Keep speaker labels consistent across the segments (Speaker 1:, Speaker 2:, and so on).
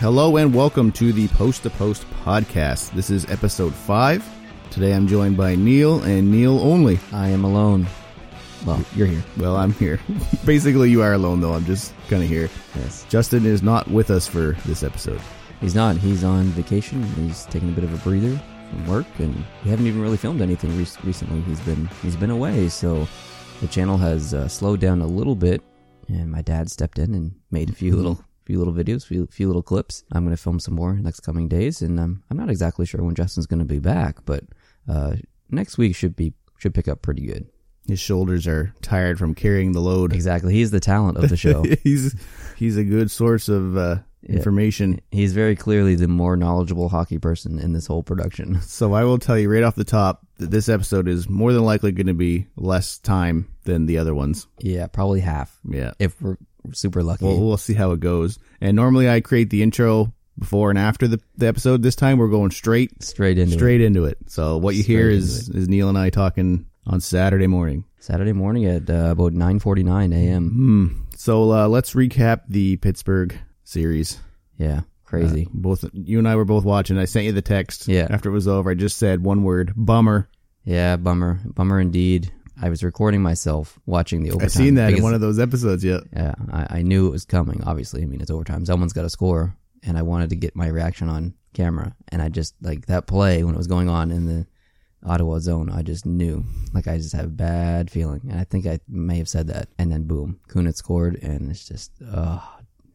Speaker 1: Hello and welcome to the Post to Post podcast. This is episode five. Today I'm joined by Neil and Neil only.
Speaker 2: I am alone. Well, you're here.
Speaker 1: Well, I'm here. Basically, you are alone though. I'm just kind of here.
Speaker 2: Yes.
Speaker 1: Justin is not with us for this episode.
Speaker 2: He's not. He's on vacation. He's taking a bit of a breather from work, and we haven't even really filmed anything re- recently. He's been he's been away, so the channel has uh, slowed down a little bit. And my dad stepped in and made a few little few little videos, few few little clips. I'm going to film some more next coming days, and um, I'm not exactly sure when Justin's going to be back, but uh, next week should be should pick up pretty good.
Speaker 1: His shoulders are tired from carrying the load.
Speaker 2: Exactly. He's the talent of the show.
Speaker 1: he's he's a good source of uh, information.
Speaker 2: He's very clearly the more knowledgeable hockey person in this whole production.
Speaker 1: So I will tell you right off the top that this episode is more than likely going to be less time than the other ones.
Speaker 2: Yeah, probably half
Speaker 1: Yeah.
Speaker 2: if we're super lucky.
Speaker 1: Well, we'll see how it goes. And normally I create the intro before and after the, the episode. This time we're going straight
Speaker 2: straight into
Speaker 1: straight into it. So what you hear
Speaker 2: Straight
Speaker 1: is is Neil and I talking on Saturday morning.
Speaker 2: it. Saturday morning at uh, about 9:49 a.m.
Speaker 1: Hmm. So uh, let's recap the Pittsburgh series.
Speaker 2: Yeah, crazy.
Speaker 1: Both you and I were both watching. I sent you the text.
Speaker 2: Yeah.
Speaker 1: After it was over, I just said one word: bummer.
Speaker 2: yeah, bummer, bummer indeed. I was recording myself watching the overtime.
Speaker 1: I've seen that in
Speaker 2: because-
Speaker 1: one of those episodes. Yeah.
Speaker 2: Yeah, I, I knew it was coming. Obviously, I mean it's overtime. Someone's got to score, and I wanted to get my reaction on camera. And I just like that play when it was going on in the Ottawa zone. I just knew, like I just had a bad feeling, and I think I may have said that. And then boom, Kunitz scored, and it's just oh,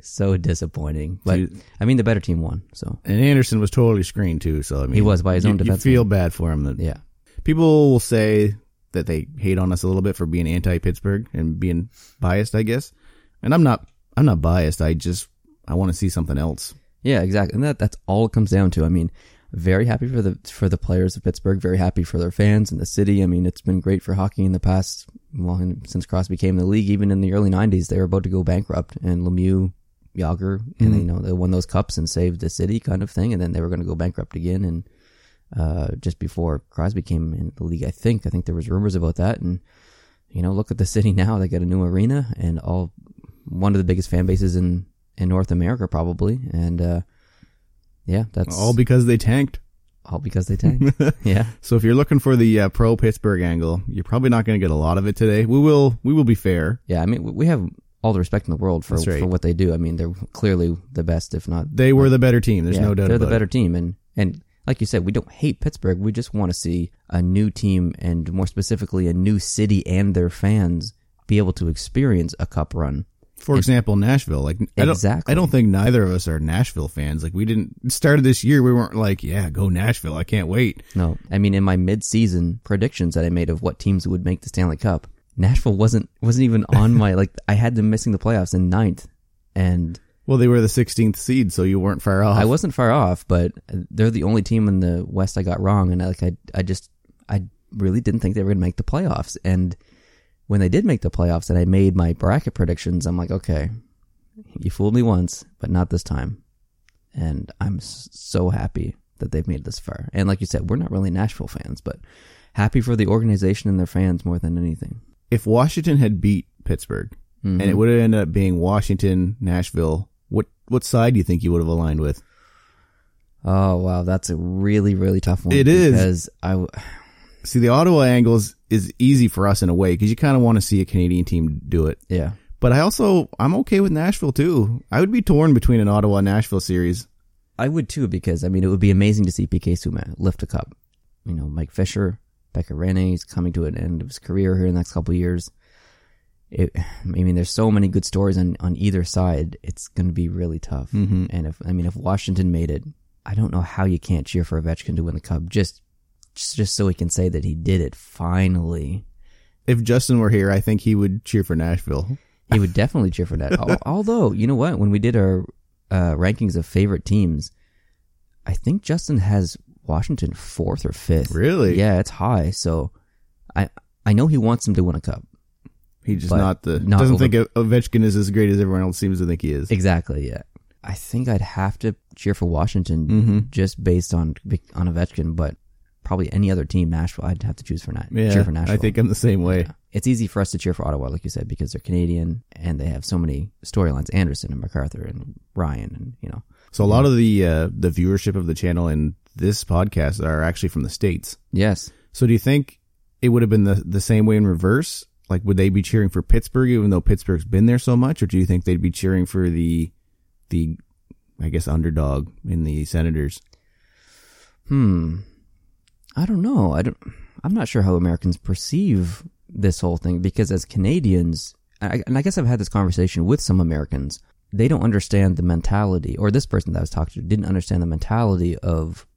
Speaker 2: so disappointing. But I mean, the better team won, so
Speaker 1: And Anderson was totally screened too. So I mean,
Speaker 2: he was by his
Speaker 1: you,
Speaker 2: own
Speaker 1: you
Speaker 2: defense.
Speaker 1: feel bad for him. That
Speaker 2: yeah,
Speaker 1: people will say that they hate on us a little bit for being anti Pittsburgh and being biased, I guess. And I'm not I'm not biased. I just I want to see something else.
Speaker 2: yeah, exactly. And that that's all it comes down to. I mean, very happy for the for the players of Pittsburgh. Very happy for their fans and the city. I mean, it's been great for hockey in the past. Well, since Crosby came in the league, even in the early '90s, they were about to go bankrupt, and Lemieux, Yager, and
Speaker 1: Mm-hmm.
Speaker 2: they, you know they won those cups and saved the city, kind of thing. And then they were going to go bankrupt again, and uh, just before Crosby came in the league, I think. I think there was rumors about that, and you know, look at the city now. They got a new arena and all one of the biggest fan bases in in North America, probably. And uh, yeah, that's
Speaker 1: All because they tanked.
Speaker 2: all because they tanked. yeah,
Speaker 1: So if you're looking for the uh, pro Pittsburgh angle, you're probably not going to get a lot of it today. We will we will be fair.
Speaker 2: yeah. I mean, we- we have all the respect in the world for
Speaker 1: That's right.
Speaker 2: for what they do. I mean, they're clearly the best, if not
Speaker 1: They were the better team. There's
Speaker 2: Yeah,
Speaker 1: no doubt
Speaker 2: they're
Speaker 1: about
Speaker 2: the better team and and like you said we don't hate pittsburgh we just want to see a new team and more specifically a new city and their fans be able to experience a cup run
Speaker 1: it. For example, Nashville. Like I don't
Speaker 2: Exactly.
Speaker 1: I don't think neither of us are Nashville fans. Like we didn't started this year. We weren't like, yeah, go Nashville. I can't wait.
Speaker 2: no i mean in my mid-season predictions that i made of what teams would make the stanley cup nashville wasn't wasn't even on my like i had them missing the playoffs in ninth and
Speaker 1: Well, they were the 16th seed, so you weren't far off.
Speaker 2: I wasn't far off, but they're the only team in the West I got wrong, and I, like I, I just, I really didn't think they were going to make the playoffs. And when they did make the playoffs, and I made my bracket predictions, I'm like, okay, you fooled me once, but not this time. And I'm s- so happy that they've made it this far. And like you said, we're not really Nashville fans, but happy for the organization and their fans more than anything.
Speaker 1: if Washington had beat Pittsburgh and
Speaker 2: Mm-hmm.
Speaker 1: it would have ended up being Washington, Nashville, what what side do you think you would have aligned with?
Speaker 2: Oh wow, that's a really really tough one.
Speaker 1: It is.
Speaker 2: because I, w-
Speaker 1: See, the Ottawa angles is easy for us in a way because you kind of want to see a Canadian team do it.
Speaker 2: yeah.
Speaker 1: But I also I'm okay with Nashville too. I would be torn between an Ottawa and Nashville series.
Speaker 2: I would too, because I mean, it would be amazing to see PK Subban lift a cup. You know, Mike Fisher, Becca Rene, he's coming to an end of his career here in the next couple of years. It, I mean, there's so many good stories on, on either side. It's going to be really tough.
Speaker 1: Hmm.
Speaker 2: Mm-hmm. And if I mean, if Washington made it, I don't know how you can't cheer for Ovechkin to win the cup just just, just so he can say that he did it finally.
Speaker 1: If Justin were here, I think he would cheer for Nashville.
Speaker 2: He would definitely cheer for that. Al- Although, you know what? When we did our uh, rankings of favorite teams, I think Justin has Washington fourth or fifth.
Speaker 1: Really?
Speaker 2: Yeah, it's high. So, I I know he wants them to win a cup.
Speaker 1: He just
Speaker 2: But
Speaker 1: not the
Speaker 2: not
Speaker 1: doesn't
Speaker 2: over-
Speaker 1: think Ovechkin is as great as everyone else seems to think he is.
Speaker 2: Exactly. Yeah. I think I'd have to cheer for Washington
Speaker 1: Mm.
Speaker 2: just based on on Ovechkin, but probably any other team. Nashville, I'd have to choose for Na-
Speaker 1: Yeah,
Speaker 2: cheer for Nashville.
Speaker 1: I think I'm the same way.
Speaker 2: it's easy for us to cheer for Ottawa, like you said, because they're Canadian and they have so many storylines: Anderson and MacArthur and Ryan, and you know.
Speaker 1: So a lot of the uh, the viewership of the channel and this podcast are actually from the states.
Speaker 2: Yes.
Speaker 1: So do you think it would have been the the same way in reverse? Like, would they be cheering for Pittsburgh even though Pittsburgh's been there so much, or do you think they'd be cheering for the the I guess underdog in the Senators?
Speaker 2: Hmm. I don't know. I don't. I'm not sure how Americans perceive this whole thing because as Canadians, and I, and I guess I've had this conversation with some Americans. They don't understand the mentality, or this person that I was talking to didn't understand the mentality of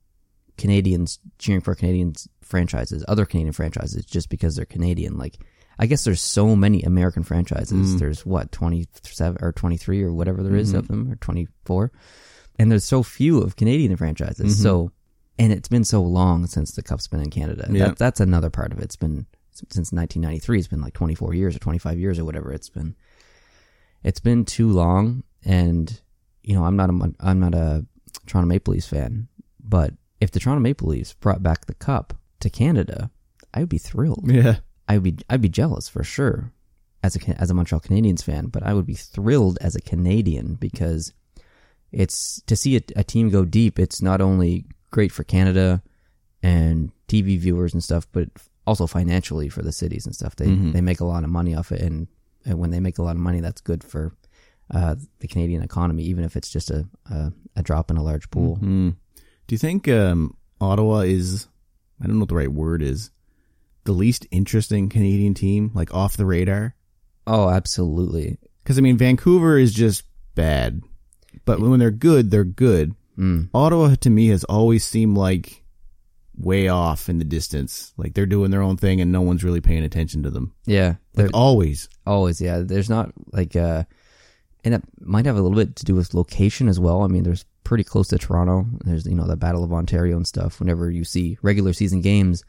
Speaker 2: Canadians cheering for Canadian franchises, other Canadian franchises, just because they're Canadian. Like, I guess there's so many American franchises. There's what twenty seven or twenty three or whatever there is of them, or twenty four, and there's so few of Canadian franchises. So, and it's been so long since the Cup's been in Canada.
Speaker 1: Yeah.
Speaker 2: That, that's another part of it. It's been since 1993. It's been like 24 years or 25 years or whatever it's been it's been too long and you know i'm not a Mon- i'm not a toronto maple leafs fan but if the toronto maple leafs brought back the cup to canada i would be thrilled
Speaker 1: Yeah,
Speaker 2: i would be i'd be jealous for sure as a Can- as a montreal canadiens fan but i would be thrilled as a canadian because it's to see a, a team go deep it's not only great for canada and tv viewers and stuff but also financially for the cities and stuff they they make a lot of money off it and, and when they make a lot of money that's good for uh, the canadian economy even if it's just a, a, a drop in a large pool
Speaker 1: Mm-hmm. Hmm. Do you think um, Ottawa is, I don't know what the right word is, the least interesting Canadian team, like off the radar?
Speaker 2: oh absolutely
Speaker 1: Because, I mean, Vancouver is just bad. But when they're good, they're good.
Speaker 2: Mm.
Speaker 1: Ottawa, to me, has always seemed like way off in the distance. Like they're doing their own thing and no one's really paying attention to them.
Speaker 2: yeah
Speaker 1: Like always.
Speaker 2: always yeah there's not like uh and it might have a little bit to do with location as well i mean there's pretty close to toronto there's you know the battle of ontario and stuff whenever you see regular season games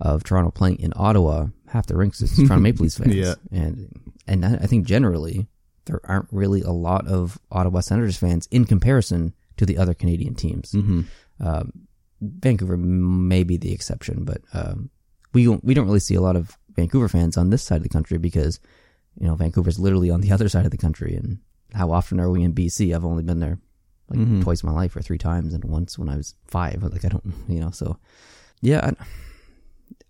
Speaker 2: of toronto playing in ottawa half the rinks is toronto maple leafs fans
Speaker 1: Yeah.
Speaker 2: and and i I think generally there aren't really a lot of ottawa senators fans in comparison to the other canadian teams
Speaker 1: Mhm.
Speaker 2: um, Vancouver m- may be the exception, but um, we don't, we don't really see a lot of Vancouver fans on this side of the country because you know Vancouver's literally on the other side of the country. And how often are we in BC? I've only been there like twice in my life, or three times, and once when I was five. Like I don't, you know. So yeah, I,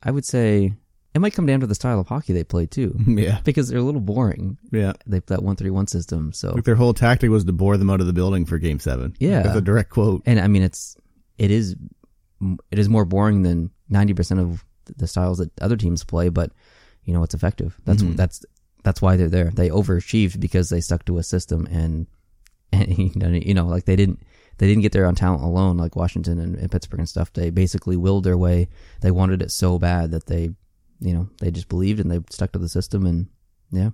Speaker 2: I would say it might come down to the style of hockey they play too,
Speaker 1: Yeah.
Speaker 2: because they're a little boring.
Speaker 1: Yeah.
Speaker 2: They have that one three one system. So
Speaker 1: Like their whole tactic was to bore them out of the building for game seven.
Speaker 2: Yeah.
Speaker 1: That's a direct quote.
Speaker 2: and I mean it's it is it is more boring than ninety percent of the styles that other teams play, but you know it's effective. That's that's that's why they're there. They overachieved because they stuck to a system and and you know, you know like they didn't they didn't get there on talent alone like Washington and, and Pittsburgh and stuff. They basically willed their way. They wanted it so bad that they you know they just believed and they stuck to the system and yeah.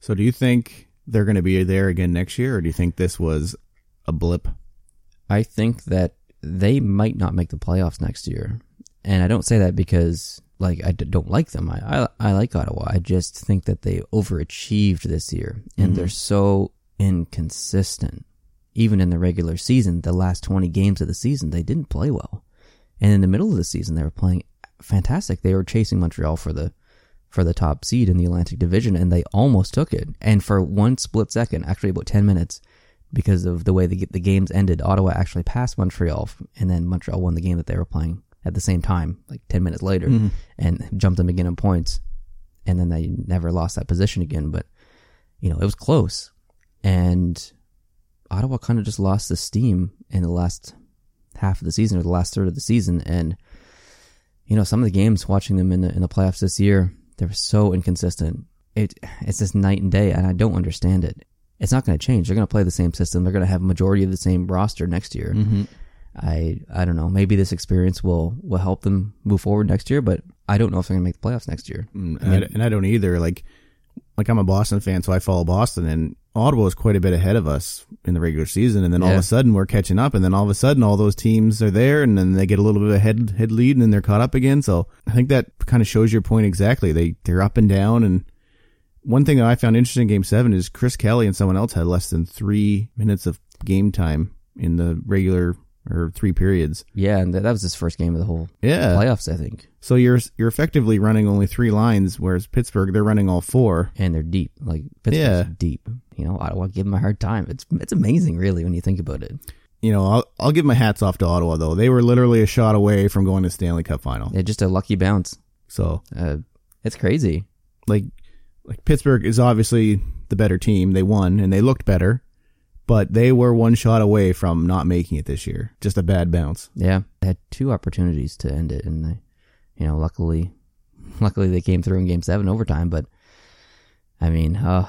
Speaker 1: So do you think they're going to be there again next year or do you think this was a blip?
Speaker 2: I think that they might not make the playoffs next year. And I don't say that because like I d- don't like them. I, I I like Ottawa. I just think that they overachieved this year and they're so inconsistent. Even in the regular season, the last 20 games of the season, they didn't play well. And in the middle of the season, they were playing fantastic. They were chasing Montreal for the for the top seed in the Atlantic Division, and they almost took it. And for one split second, actually about ten minutes, because of the way the the games ended, Ottawa actually passed Montreal, and then Montreal won the game that they were playing at the same time, like ten minutes later, and jumped them again in points. And then they never lost that position again. But you know, it was close, and Ottawa kind of just lost the steam in the last half of the season or the last third of the season. And you know, some of the games watching them in the in the playoffs this year, they were so inconsistent. It it's just night and day, and I don't understand it. It's not going to change. They're going to play the same system. They're going to have majority of the same roster next year.
Speaker 1: Mm-hmm.
Speaker 2: I I don't know. Maybe this experience will will help them move forward next year, but I don't know if they're going to make the playoffs next year.
Speaker 1: Mm, and, I, and I don't either. Like, like I'm a Boston fan, so I follow Boston, and Ottawa is quite a bit ahead of us in the regular season, and then all of
Speaker 2: Yeah.
Speaker 1: a sudden we're catching up, and then all of a sudden all those teams are there, and then they get a little bit of a head head lead, and then they're caught up again. So I think that kind of shows your point exactly. They they're up and down, and one thing that I found interesting in Game Seven is Chris Kelly and someone else had less than three minutes of game time in the regular or three periods.
Speaker 2: Yeah, and that, that was his first game of the whole
Speaker 1: Yeah,
Speaker 2: playoffs, I think.
Speaker 1: so you're you're effectively running only three lines, whereas Pittsburgh they're running all four.
Speaker 2: and they're deep. Like Pittsburgh's
Speaker 1: Yeah.
Speaker 2: deep. You know, Ottawa give them a hard time. It's it's amazing, really, when you think about it.
Speaker 1: you know, I'll, I'll give my hats off to Ottawa though. They were literally a shot away from going to Stanley Cup final.
Speaker 2: Yeah, just a lucky bounce.
Speaker 1: So
Speaker 2: Uh, it's crazy.
Speaker 1: like like Pittsburgh is obviously the better team. They won and they looked better, but they were one shot away from not making it this year. Just a bad bounce.
Speaker 2: Yeah, they had two opportunities to end it, and they, you know, luckily, luckily they came through in Game Seven overtime. But I mean, uh,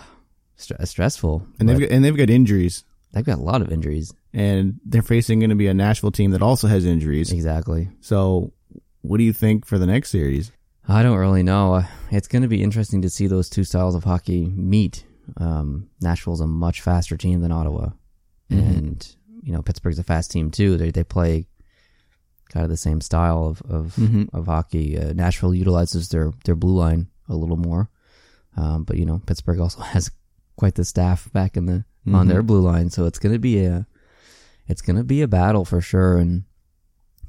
Speaker 2: str- stressful.
Speaker 1: And they've
Speaker 2: but
Speaker 1: got, and they've got injuries
Speaker 2: they've got a lot of injuries.
Speaker 1: and they're facing going to be a Nashville team that also has injuries.
Speaker 2: Exactly.
Speaker 1: So what do you think for the next series?
Speaker 2: I don't really know. Uh, It's going to be interesting to see those two styles of hockey meet. Um, Nashville's a much faster team than Ottawa, and you know Pittsburgh's a fast team too. They they play kind of the same style of of, of hockey. Uh, Nashville utilizes their their blue line a little more, um, but you know Pittsburgh also has quite the staff back in the on their blue line. So it's going to be a it's going to be a battle for sure. And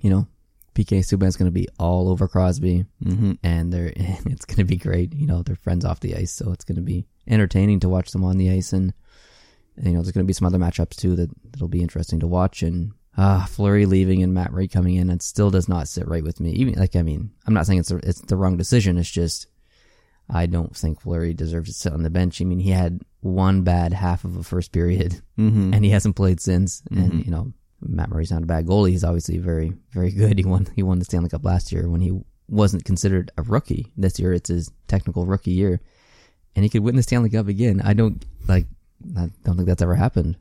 Speaker 2: you know PK Subban's going to be all over Crosby
Speaker 1: Mm-hmm.
Speaker 2: and they're it's going to be great. You know, they're friends off the ice, so it's going to be entertaining to watch them on the ice, and you know, there's going to be some other matchups too that that'll be interesting to watch. And ah, Flurry leaving and Matt Ray coming in, it still does not sit right with me. Even like, I mean, I'm not saying it's the, it's the wrong decision. It's just I don't think Flurry deserves to sit on the bench. I mean, he had one bad half of a first period
Speaker 1: Mm-hmm.
Speaker 2: and he hasn't played since. And you know, Matt Murray's not a bad goalie. He's obviously very, very good. He won he won the Stanley Cup last year when he wasn't considered a rookie. This year it's his technical rookie year, and he could win the Stanley Cup again. I don't like. I don't think that's ever happened.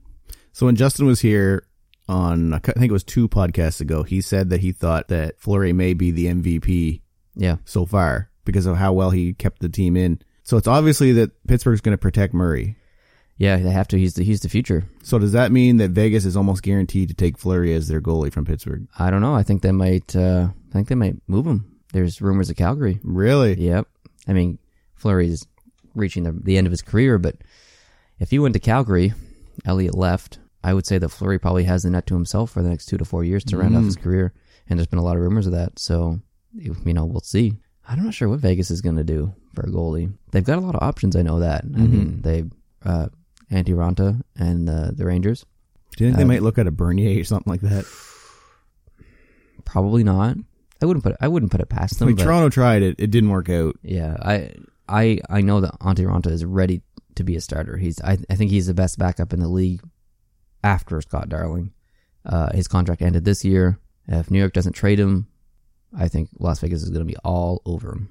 Speaker 1: So when Justin was here on, I think it was two podcasts ago, he said that he thought that Fleury may be the MVP
Speaker 2: Yeah,
Speaker 1: so far because of how well he kept the team in. So it's obviously that Pittsburgh's going to protect Murray.
Speaker 2: yeah, they have to. He's the he's the future.
Speaker 1: So does that mean that Vegas is almost guaranteed to take Fleury as their goalie from Pittsburgh?
Speaker 2: I don't know. I think they might. Uh, I think they might move him. There's rumors of Calgary.
Speaker 1: Really?
Speaker 2: Yep. I mean, Fleury's reaching the, the end of his career, but if he went to Calgary, Elliott left. I would say that Fleury probably has the net to himself for the next two to four years to round off his career, and there's been a lot of rumors of that. So, you know, we'll see. I'm not sure what Vegas is going to do for a goalie. They've got a lot of options. I know that. I mean, they uh, Antti Ranta and uh, the Rangers.
Speaker 1: Do you think they might look at a Bernier or something like that?
Speaker 2: Probably not. I wouldn't put. I wouldn't put it past them.
Speaker 1: Like
Speaker 2: but-
Speaker 1: Toronto tried it, it didn't work out.
Speaker 2: Yeah, I I I know that Ante Ranta is ready to be a starter. He's I I think he's the best backup in the league after Scott Darling. Uh, his contract ended this year. If New York doesn't trade him, I think Las Vegas is going to be all over him.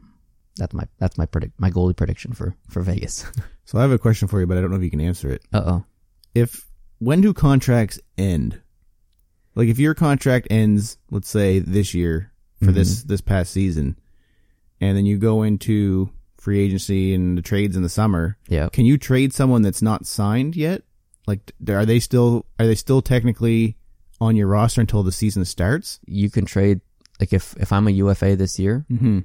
Speaker 2: That's my that's my predict my goalie prediction for for Vegas.
Speaker 1: So I have a question for you, but I don't know if you can answer it.
Speaker 2: uh oh.
Speaker 1: If when do contracts end? Like if your contract ends, let's say this year for this this past season, and then you go into free agency and the trades in the summer,
Speaker 2: Yeah.
Speaker 1: can you trade someone that's not signed yet? Like, d- are they still are they still technically on your roster until the season starts?
Speaker 2: You can trade like if if I'm a UFA this year,
Speaker 1: Mm-hmm.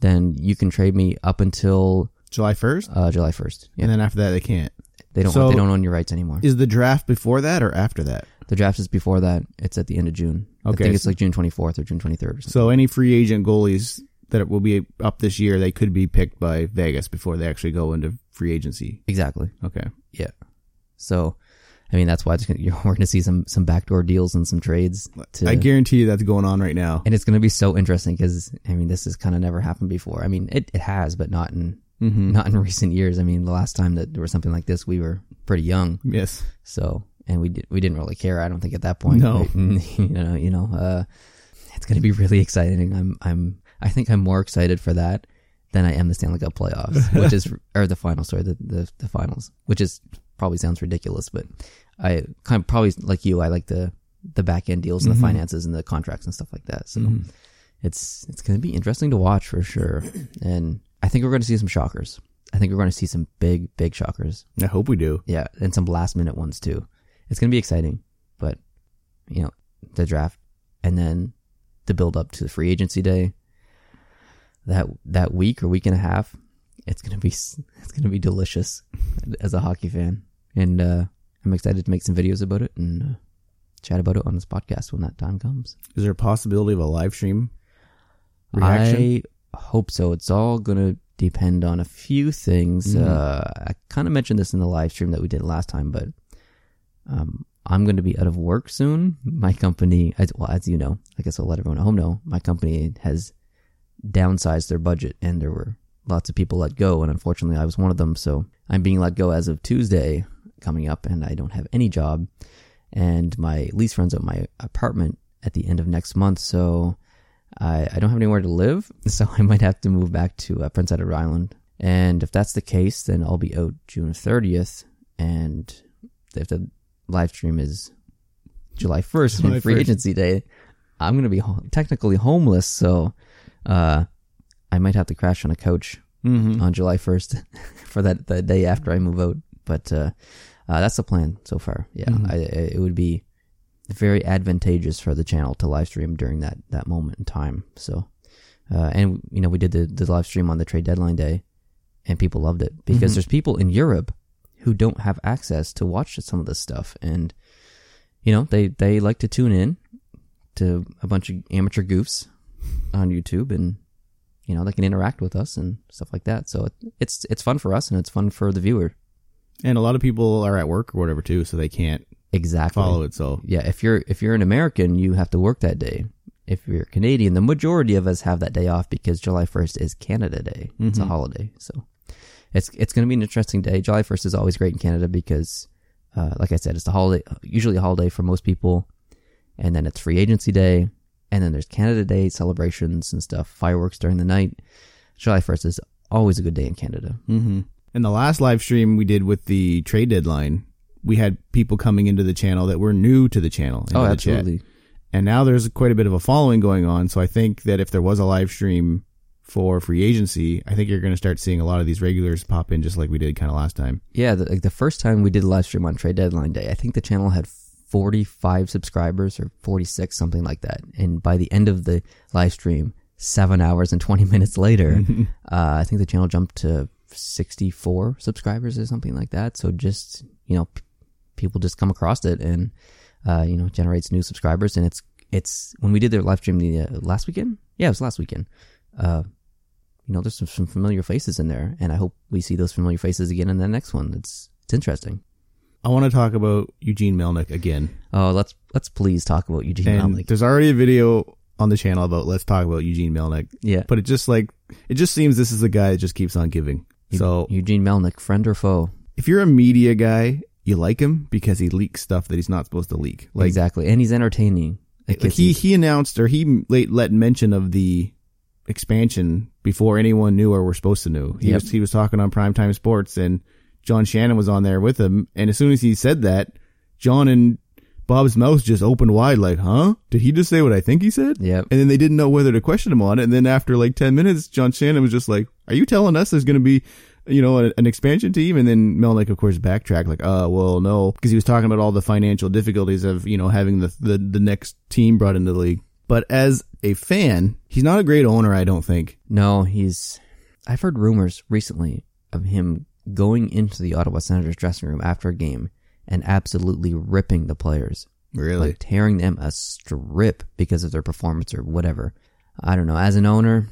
Speaker 2: then you can trade me up until
Speaker 1: July first,
Speaker 2: uh, July 1st. Yeah.
Speaker 1: and then after that they can't.
Speaker 2: They don't
Speaker 1: So-
Speaker 2: they don't own your rights anymore.
Speaker 1: Is the draft before that or after that?
Speaker 2: The draft is before that. It's at the end of June.
Speaker 1: Okay.
Speaker 2: I think it's like June 24th or June 23rd. Or something.
Speaker 1: So any free agent goalies that will be up this year, they could be picked by Vegas before they actually go into free agency.
Speaker 2: Exactly.
Speaker 1: Okay.
Speaker 2: Yeah. So, I mean, that's why it's gonna, you're we're going to see some some backdoor deals and some trades. To,
Speaker 1: I guarantee you that's going on right now.
Speaker 2: and it's going to be so interesting because I mean, this has kind of never happened before. I mean, it, it has, but not in
Speaker 1: Mm-hmm.
Speaker 2: not in recent years. I mean, the last time that there was something like this, we were pretty young.
Speaker 1: Yes.
Speaker 2: So, and we did, we didn't really care. I don't think at that point.
Speaker 1: No.
Speaker 2: Right? you know, you know, uh, it's going to be really exciting. I'm, I'm, I think I'm more excited for that than I am the Stanley Cup playoffs, which is or the finals, sorry, the, the the finals, which is probably sounds ridiculous, but I kind of probably like you, I like the the back end deals and the finances and the contracts and stuff like that. So it's it's going to be interesting to watch for sure, and I think we're going to see some shockers. I think we're going to see some big, big shockers.
Speaker 1: I hope we do.
Speaker 2: Yeah, and some last minute ones too. It's gonna be exciting, but you know the draft and then the build up to the free agency day. That that week or week and a half, it's gonna be s- it's gonna be delicious as a hockey fan, and uh, I'm excited to make some videos about it and uh, chat about it on this podcast when that time comes.
Speaker 1: Is there a possibility of a live stream reaction?
Speaker 2: I hope so. It's all going to depend on a few things. Uh, I kind of mentioned this in the live stream that we did last time, but um, I'm going to be out of work soon. My company, as, well, as you know, I guess I'll let everyone at home know, my company has downsized their budget and there were lots of people let go. And unfortunately, I was one of them. So I'm being let go as of Tuesday coming up and I don't have any job. And my lease runs out my apartment at the end of next month. So I, I don't have anywhere to live. So I might have to move back to uh, Prince Edward Island. And if that's the case, then I'll be out June 30th. And if the live stream is July 1st,
Speaker 1: July
Speaker 2: and free
Speaker 1: 1st.
Speaker 2: agency day, I'm going to be ho- technically homeless. So uh, I might have to crash on a couch
Speaker 1: Mm-hmm.
Speaker 2: on July 1st for that the day after I move out. But uh, uh, that's the plan so far. Yeah,
Speaker 1: Mhm.
Speaker 2: I, I, it would be very advantageous for the channel to live stream during that that moment in time. So, uh, and you know, we did the the live stream on the trade deadline day, and people loved it because
Speaker 1: Mhm.
Speaker 2: there's people in Europe who don't have access to watch some of this stuff, and you know, they they like to tune in to a bunch of amateur goofs on YouTube and you know they can interact with us and stuff like that. So it, it's it's fun for us and it's fun for the viewer.
Speaker 1: And a lot of people are at work or whatever too, so they can't
Speaker 2: Exactly.
Speaker 1: follow it. So
Speaker 2: Yeah, if you're if you're an American, you have to work that day. If you're Canadian, the majority of us have that day off because July 1st is Canada Day. It's a holiday, so it's it's going to be an interesting day. July 1st is always great in Canada because, uh, like I said, it's a holiday, usually a holiday for most people, and then it's free agency day, and then there's Canada Day celebrations and stuff, fireworks during the night. July 1st is always a good day in Canada.
Speaker 1: Mm-hmm. And the last live stream we did with the trade deadline, we had people coming into the channel that were new to the channel. into
Speaker 2: oh,
Speaker 1: the
Speaker 2: absolutely.
Speaker 1: Chat. And now there's quite a bit of a following going on. So I think that if there was a live stream for free agency, I think you're going to start seeing a lot of these regulars pop in just like we did kind of last time.
Speaker 2: Yeah, the, like the first time we did a live stream on trade deadline day, I think the channel had 45 subscribers or 46, something like that. And by the end of the live stream, seven hours and 20 minutes later, uh, I think the channel jumped to 64 subscribers or something like that. So just, you know, p- people just come across it and, uh, you know, generates new subscribers. And it's, it's when we did their live stream the uh, last weekend. Yeah, it was last weekend. Uh, you know, there's some, some familiar faces in there, and I hope we see those familiar faces again in the next one. It's it's interesting.
Speaker 1: I want to talk about Eugene Melnick again.
Speaker 2: Oh, let's let's please talk about Eugene
Speaker 1: And
Speaker 2: Melnick.
Speaker 1: there's already a video on the channel about let's talk about Eugene Melnick.
Speaker 2: Yeah,
Speaker 1: But it just like it just seems this is the guy that just keeps on giving. So
Speaker 2: Eugene Melnick, friend or foe?
Speaker 1: if you're a media guy, you like him because he leaks stuff that he's not supposed to leak. Like
Speaker 2: exactly, and he's entertaining. Like,
Speaker 1: like
Speaker 2: it's-
Speaker 1: he he announced or he late let mention of the expansion before anyone knew or were supposed to know. He
Speaker 2: Yep.
Speaker 1: was he was talking on primetime sports and John Shannon was on there with him and as soon as he said that, John and Bob's mouth just opened wide like, "Huh? Did he just say what I think he said?"
Speaker 2: Yep.
Speaker 1: And then they didn't know whether to question him on it. And then after like 10 minutes, John Shannon was just like, "Are you telling us there's going to be you know, an, an expansion team, and then Melnick, of course, backtracked like, "Uh, well, no," because he was talking about all the financial difficulties of you know having the, the the next team brought into the league. But as a fan, he's not a great owner, I don't think.
Speaker 2: No, he's. I've heard rumors recently of him going into the Ottawa Senators dressing room after a game and absolutely ripping the players
Speaker 1: Really,
Speaker 2: like tearing them a strip because of their performance or whatever. I don't know. As an owner,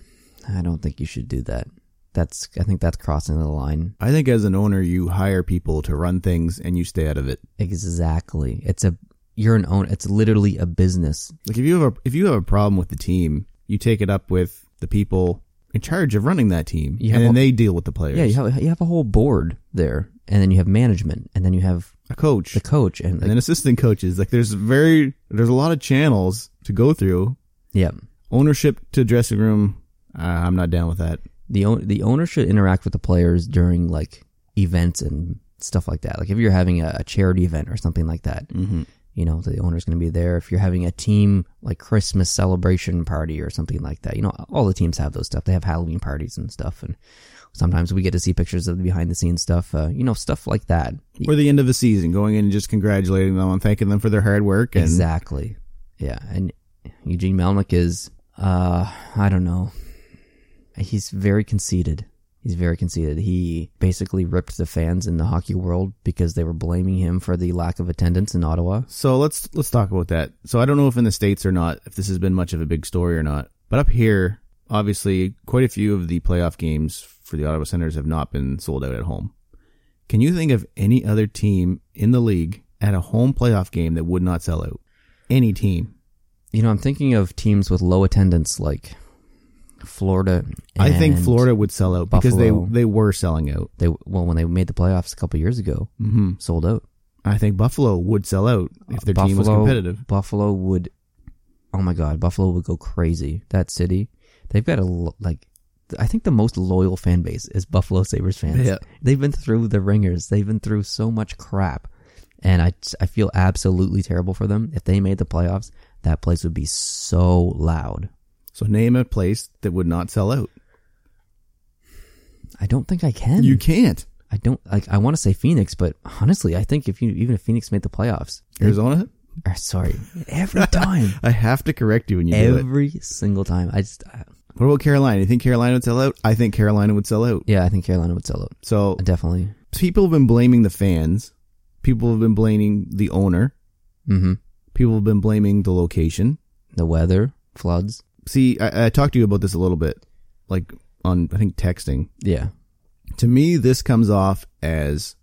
Speaker 2: I don't think you should do that. That's I think that's crossing the line.
Speaker 1: I think as an owner, you hire people to run things, and you stay out of it.
Speaker 2: Exactly. It's a you're an owner. It's literally a business.
Speaker 1: Like if you have a if you have a problem with the team, you take it up with the people in charge of running that team,
Speaker 2: You have
Speaker 1: and then
Speaker 2: a-
Speaker 1: they deal with the players.
Speaker 2: Yeah, you have you have a whole board there, and then you have management, and then you have
Speaker 1: a coach,
Speaker 2: the coach, and,
Speaker 1: and then assistant coaches. Like there's very there's a lot of channels to go through.
Speaker 2: yeah.
Speaker 1: ownership to dressing room. Uh, I'm not down with that.
Speaker 2: the own the owner should interact with the players during like events and stuff like that. Like if you're having a, a charity event or something like that, mm-hmm. you know the owner's going to be there. If you're having a team like Christmas celebration party or something like that, you know all the teams have those stuff. They have Halloween parties and stuff, and sometimes we get to see pictures of the behind the scenes stuff. Uh, you know stuff like that.
Speaker 1: Or the end of the season, going in and just congratulating them and thanking them for their hard work. And
Speaker 2: Exactly. Yeah, and Eugene Melnick is uh I don't know. He's very conceited. He's very conceited. He basically ripped the fans in the hockey world because they were blaming him for the lack of attendance in Ottawa.
Speaker 1: so let's let's talk about that. So I don't know if in the states or not, if this has been much of a big story or not. But up here, obviously, quite a few of the playoff games for the Ottawa Senators have not been sold out at home. Can you think of any other team in the league at a home playoff game that would not sell out? Any team.
Speaker 2: You know, I'm thinking of teams with low attendance like Florida.
Speaker 1: I think
Speaker 2: and
Speaker 1: Florida would sell out because
Speaker 2: Buffalo.
Speaker 1: they they were selling out.
Speaker 2: They well, when they made the playoffs a couple years ago,
Speaker 1: hmm
Speaker 2: sold out.
Speaker 1: I think Buffalo would sell out if their team was
Speaker 2: Buffalo-
Speaker 1: competitive.
Speaker 2: Buffalo would, oh my god, Buffalo would go crazy. That city, they've got a lo- like, I think the most loyal fan base is Buffalo Sabres fans.
Speaker 1: Yeah.
Speaker 2: they've been through the ringers. They've been through so much crap, and I I feel absolutely terrible for them. If they made the playoffs, that place would be so loud.
Speaker 1: So name a place that would not sell out.
Speaker 2: I don't think I can.
Speaker 1: You can't.
Speaker 2: I don't like. I want to say Phoenix, but honestly, I think if you even if Phoenix made the playoffs,
Speaker 1: Arizona.
Speaker 2: or sorry, every time,
Speaker 1: I have to correct you when you do it.
Speaker 2: every single time, I just I,
Speaker 1: What about Carolina? You think Carolina would sell out? I think Carolina would sell out.
Speaker 2: yeah, I think Carolina would sell out.
Speaker 1: So
Speaker 2: Definitely.
Speaker 1: people have been blaming the fans. People have been blaming the owner.
Speaker 2: Mm-hmm.
Speaker 1: People have been blaming the location.
Speaker 2: The weather, floods.
Speaker 1: See, I, I talked to you about this a little bit, like on I think texting.
Speaker 2: Yeah.
Speaker 1: To me, this comes off as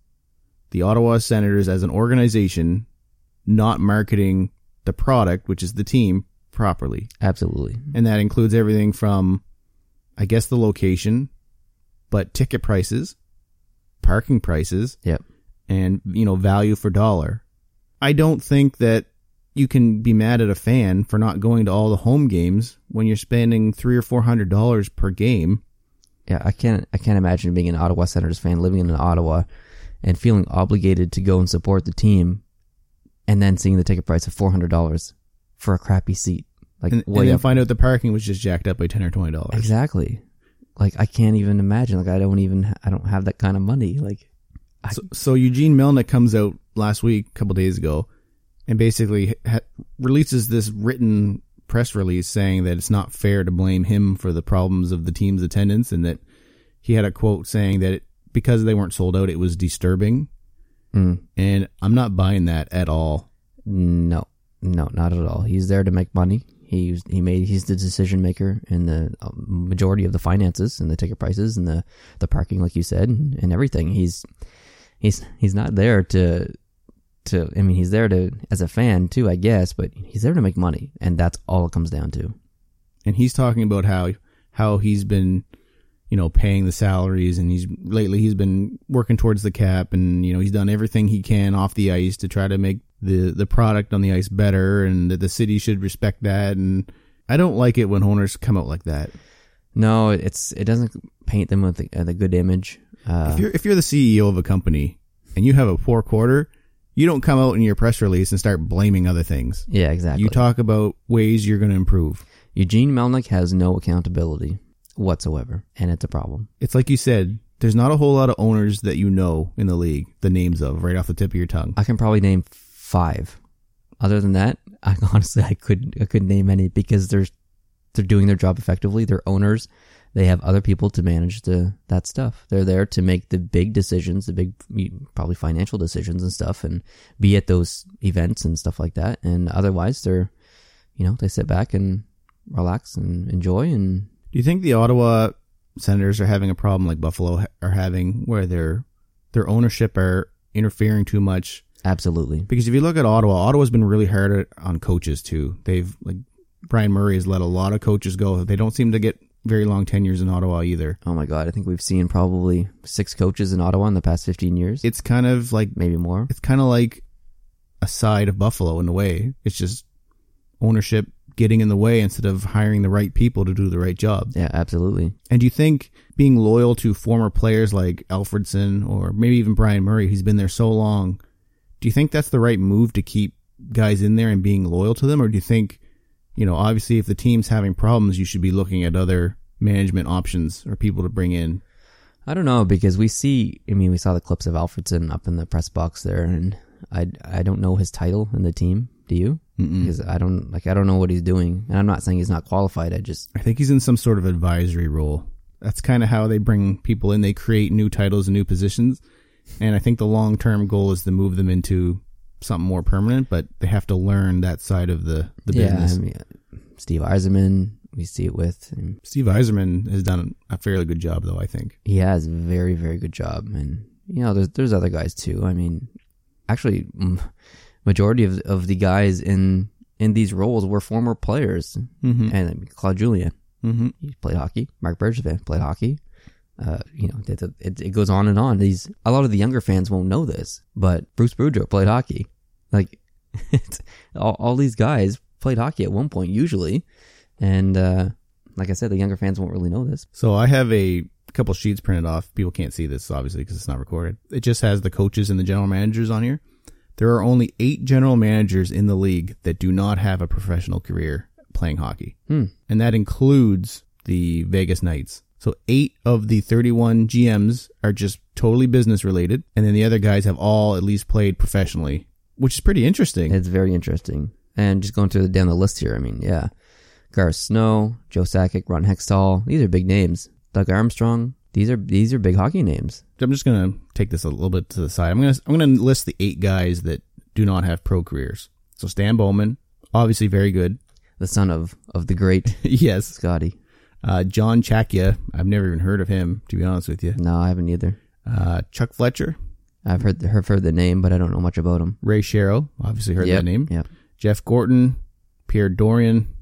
Speaker 1: the Ottawa Senators as an organization not marketing the product, which is the team, properly.
Speaker 2: Mm-hmm. Absolutely.
Speaker 1: and that includes everything from i guess the location but ticket prices parking prices
Speaker 2: Yep.
Speaker 1: and you know value for dollar i don't think that you can be mad at a fan for not going to all the home games when you're spending three or four hundred dollars per game
Speaker 2: Yeah. I can't I can't imagine being an Ottawa Senators fan living in Ottawa and feeling obligated to go and support the team and then seeing the ticket price of four hundred dollars for a crappy seat. Like
Speaker 1: and,
Speaker 2: way
Speaker 1: and then
Speaker 2: up-
Speaker 1: find out the parking was just jacked up by ten or twenty dollars
Speaker 2: exactly. Like I can't even imagine. Like I don't even I don't have that kind of money. Like
Speaker 1: so, so eugene melnick comes out last week a couple days ago and basically ha- releases this written press release saying that it's not fair to blame him for the problems of the team's attendance and that he had a quote saying that it, because they weren't sold out it was disturbing
Speaker 2: mm,
Speaker 1: and i'm not buying that at all
Speaker 2: No, no, not at all. He's there to make money. He's he made he's the decision maker in the uh, majority of the finances and the ticket prices and the the parking, like you said, and, and everything. He's he's he's not there to to. I mean, he's there to as a fan too, I guess, but he's there to make money, and that's all it comes down to.
Speaker 1: and he's talking about how how he's been you know paying the salaries and he's lately he's been working towards the cap and you know he's done everything he can off the ice to try to make the the product on the ice better and that the city should respect that and I don't like it when owners come out like that.
Speaker 2: No, it's it doesn't paint them with the, uh, the good image. Uh,
Speaker 1: If you're if you're the CEO of a company and you have a poor quarter, you don't come out in your press release and start blaming other things.
Speaker 2: yeah, exactly.
Speaker 1: You talk about ways you're going to improve.
Speaker 2: Eugene Melnick has no accountability whatsoever, and it's a problem.
Speaker 1: It's like you said, there's not a whole lot of owners that you know in the league, the names of right off the tip of your tongue.
Speaker 2: I can probably name five. Other than that, I honestly I could I couldn't name any because they're they're doing their job effectively. They're owners. They have other people to manage the that stuff. They're there to make the big decisions, the big probably financial decisions and stuff, and be at those events and stuff like that. And otherwise, they're you know they sit back and relax and enjoy and
Speaker 1: Do you think the Ottawa Senators are having a problem like Buffalo ha- are having where their their ownership are interfering too much?
Speaker 2: absolutely
Speaker 1: Because if you look at Ottawa, Ottawa's been really hard at- on coaches too. They've like Brian Murray has let a lot of coaches go. They don't seem to get very long tenures in Ottawa either.
Speaker 2: oh my god I think we've seen probably six coaches in Ottawa in the past fifteen years,
Speaker 1: It's kind of like
Speaker 2: maybe more.
Speaker 1: it's kind of like a side of Buffalo in a way. It's just ownership getting in the way instead of hiring the right people to do the right job.
Speaker 2: Yeah, absolutely.
Speaker 1: And do you think being loyal to former players like Alfredson or maybe even Brian Murray, who's been there so long, do you think that's the right move to keep guys in there and being loyal to them? Or do you think, you know, obviously if the team's having problems, you should be looking at other management options or people to bring in?
Speaker 2: I don't know because we see. I mean, we saw the clips of Alfredson up in the press box there, and I I don't know his title in the team. Do you? Because I don't like I don't know what he's doing, and I'm not saying he's not qualified. I just
Speaker 1: I think he's in some sort of advisory role. That's kind of how they bring people in. They create new titles and new positions. And I think the long term goal is to move them into something more permanent, but they have to learn that side of the, the business.
Speaker 2: yeah. I mean, Steve Eiserman, we see it with. and
Speaker 1: Steve Eiserman has done a fairly good job, though. I think
Speaker 2: he has a very very good job, and you know there's there's other guys too. I mean, actually mm, majority of of the guys in in these roles were former players.
Speaker 1: Mhm.
Speaker 2: And I mean, Claude Julien,
Speaker 1: Mm-hmm.
Speaker 2: he played hockey. Mark Bergevin played hockey. Uh, you know, it, it, it goes on and on. These a lot of the younger fans won't know this, but Bruce Boudreau played hockey. Like it's, all, all these guys played hockey at one point, usually. And uh, like I said, the younger fans won't really know this.
Speaker 1: So I have a couple sheets printed off. People can't see this obviously because it's not recorded. It just has the coaches and the general managers on here. There are only eight general managers in the league that do not have a professional career playing hockey,
Speaker 2: Hmm.
Speaker 1: and that includes the Vegas Knights. So eight of the 31 GMs are just totally business related, and then the other guys have all at least played professionally, which is pretty interesting.
Speaker 2: It's very interesting. And just going through the, down the list here, I mean, yeah, Garth Snow, Joe Sakic, Ron Hextall. These are big names. Doug Armstrong. These are these are big hockey names.
Speaker 1: I'm just gonna take this a little bit to the side. I'm gonna I'm gonna list the eight guys that do not have pro careers. So Stan Bowman, obviously very good.
Speaker 2: The son of of the great
Speaker 1: yes.
Speaker 2: Scotty.
Speaker 1: Uh, John Chakia, I've never even heard of him to be honest with you.
Speaker 2: No, I haven't either.
Speaker 1: Uh, Chuck Fletcher,
Speaker 2: I've heard the, heard the name, but I don't know much about him.
Speaker 1: Ray Sherrill, obviously heard
Speaker 2: Yep,
Speaker 1: that name.
Speaker 2: Yep.
Speaker 1: Jeff Gorton, Pierre Dorian,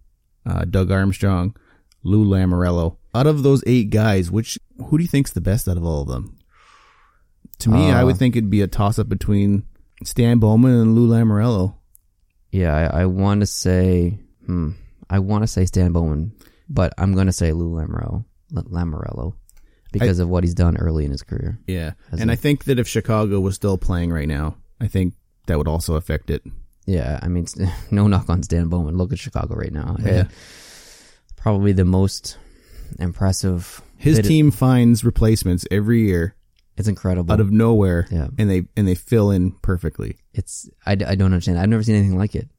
Speaker 1: uh, Doug Armstrong, Lou Lamorello. Out of those eight guys, which who do you think's the best out of all of them? To me, I
Speaker 2: Uh,
Speaker 1: would think it'd be a toss up between Stan Bowman and Lou Lamorello.
Speaker 2: Yeah, I, I want to say, hmm, I want to say Stan Bowman, but I'm going to say Lou Lamorello, L- Lamorello, because of what he's done early in his career.
Speaker 1: Yeah.
Speaker 2: As
Speaker 1: and
Speaker 2: a-
Speaker 1: I think that if Chicago was still playing right now, I think that would also affect it.
Speaker 2: Yeah, I mean, no knock on Stan Bowman. Look at Chicago right now.
Speaker 1: Yeah.
Speaker 2: Eh, probably the most impressive.
Speaker 1: His
Speaker 2: bit-
Speaker 1: team finds replacements every year
Speaker 2: It's incredible.
Speaker 1: out of nowhere
Speaker 2: Yeah.
Speaker 1: and they and they fill in perfectly.
Speaker 2: it's I, d- I don't understand. I've never seen anything like it.